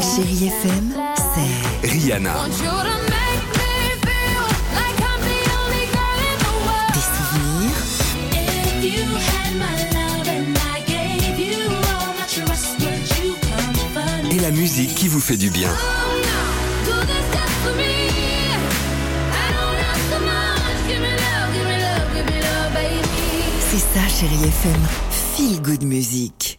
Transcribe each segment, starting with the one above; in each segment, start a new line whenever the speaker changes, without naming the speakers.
Chérie FM, c'est
Rihanna,
des souvenirs
et la musique qui vous fait du bien.
C'est ça, chérie FM. Feel good music.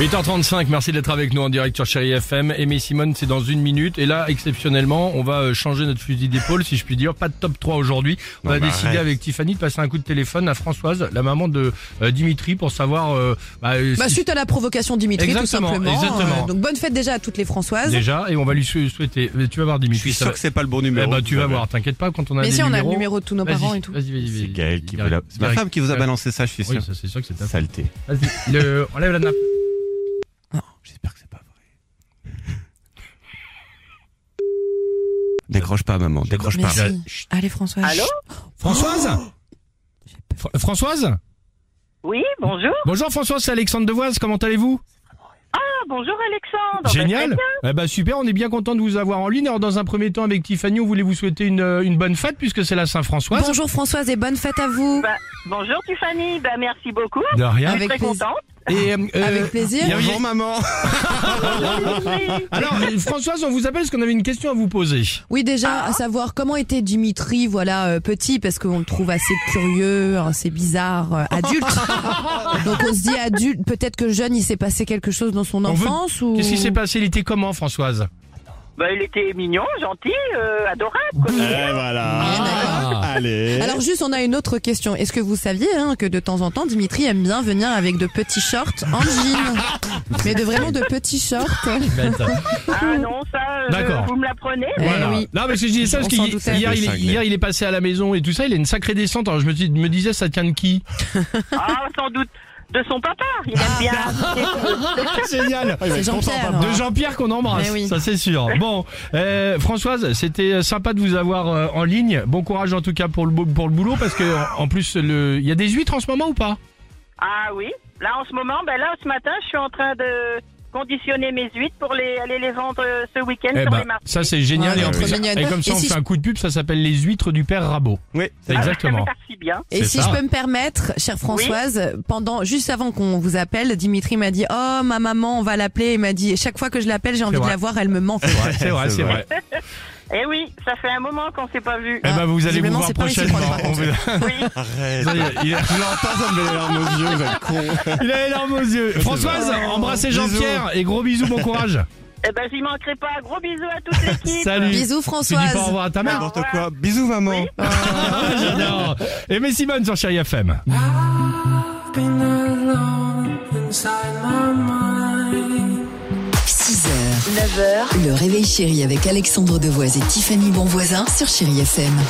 8h35, merci d'être avec nous en direct sur Chéri FM. Aimé Simone, c'est dans une minute. Et là, exceptionnellement, on va euh, changer notre fusil d'épaule, si je puis dire. Pas de top 3 aujourd'hui. On
Non,
a
bah,
décidé
arrête.
avec Tiffany de passer un coup de téléphone à Françoise, la maman de euh, Dimitri, pour savoir... euh, bah, euh,
Bah,
si-
suite à la provocation de Dimitri,
Exactement,
tout simplement. euh,
exactement.
donc bonne fête déjà à toutes les Françoises.
Déjà, et on va lui sou- souhaiter... Mais Tu vas voir
Je
Dimitri.
suis
ça
sûr
va-
que c'est pas le bon
Eh
numéro.
ben, tu vas voir, t'inquiète pas, quand on a
Mais
des
si on a le
numéros-
numéro de tous nos
Vas-y,
parents et tout.
Vas-y, vas-y, vas-y.
C'est Gaël qui
Direct.
vous l'a- C'est ma
Direct.
femme qui vous a
Ouais.
balancé ça, je suis
Oui,
sûr.
ça, c'est sûr que c'est ta femme.
Saleté.
Vas-y, le- enlève la nappe.
Non, j'espère que c'est pas vrai. Décroche pas, maman, décroche pas.
Merci. Allez Françoise.
Allô
Françoise Fr- Françoise
Oui, bonjour.
Bonjour Françoise, c'est Alexandre Devoise, comment allez-vous
Ah, bah, bonjour Alexandre.
Génial. Eh ben super, on est bien content de vous avoir en ligne. Alors dans un premier temps avec Tiffany, on voulait vous souhaiter une, euh, une bonne fête puisque c'est la Saint-Françoise.
Bonjour Françoise et bonne fête à vous.
Bah, bonjour Tiffany. Bah, merci beaucoup.
De rien.
Avec
Très
plaisir.
contente.
Et, euh, euh,
Avec
il y
plaisir.
avait-
Bonjour, maman.
Ah,
Oui.
alors euh, Françoise, on vous appelle parce qu'on avait une question à vous poser.
Oui déjà à savoir comment était Dimitri voilà euh, petit parce qu'on le trouve assez curieux, hein, assez bizarre, euh, adulte. donc on se dit adulte, peut-être que jeune il s'est passé quelque chose dans son
On veut-
enfance ou
Qu'est-ce qui s'est passé Il était comment Françoise
Bah, il était mignon, gentil, euh, adorable. Quoi.
Eh, voilà. Allez.
Alors juste, on a une autre question. Est-ce que vous saviez hein, que de temps en temps, Dimitri aime bien venir avec de petits shorts en jean Mais de vraiment de petits shorts.
Bête.
Ah non, ça, euh,
D'accord.
vous me l'apprenez.
Eh
Voilà.
oui.
Non mais je disais ça parce
On
qu'il
s'en doutait.
hier, il est-
Cinglé.
hier, il est passé à la maison et tout ça, il a une sacrée descente. Alors je me, dis- me disais ça tient de qui
Ah, sans doute de son papa. Il aime bien.
Ah, Génial.
C'est Jean-Pierre.
De Jean-Pierre hein. qu'on embrasse,
Eh oui.
ça c'est sûr. Bon, euh, Françoise, c'était sympa de vous avoir euh, en ligne. Bon courage en tout cas pour le, bou- pour le boulot parce que en, en plus le- il y a des huîtres en ce moment ou pas
Ah oui. Là, en ce moment, ben là, ce matin, je suis en train de conditionner mes huîtres pour les, aller les vendre euh, ce week-end sur les marchés.
Eh ben, ça c'est génial
Ouais,
et, en
trop
plus,
mignonne.
et comme ça
Et
on
si
fait
je-
un coup de pub, ça s'appelle les huîtres du père Rabot.
Oui.
C'est exactement.
Ah, si bien.
Et
C'est
si
ça.
je peux me permettre, chère Françoise, pendant juste avant qu'on vous appelle, Dimitri m'a dit "Oh, ma maman, on va l'appeler." Il m'a dit "Chaque fois que je l'appelle, j'ai envie de
vrai.
la voir, elle me manque."
Ouais, c'est vrai, Ah,
C'est
c'est vrai.
vrai.
Eh oui, ça fait un moment qu'on s'est pas vu.
Eh ben vous allez vous
visiblement,
voir
c'est pas ici,
prochainement.
par contre.
On vous-
Oui.
Arrête.
Il- il-
Je l'entends, ça me met les larmes aux yeux, vous êtes con.
Il a les larmes aux yeux. Françoise,
vrai.
embrassez
Bisous.
Jean-Pierre et gros bisous, bon courage.
Eh ben, j'y manquerai pas. Gros bisous à toute l'équipe.
Salut.
Bisous
Tu dis pas au
Françoise.
revoir à ta mère.
N'importe quoi. Bisous, maman.
J'adore. Et mes Simone sur Chérie FM.
been alone inside my mind.
6h, 9h, le réveil chéri avec Alexandre Devoise et Tiffany Bonvoisin sur Chéri FM.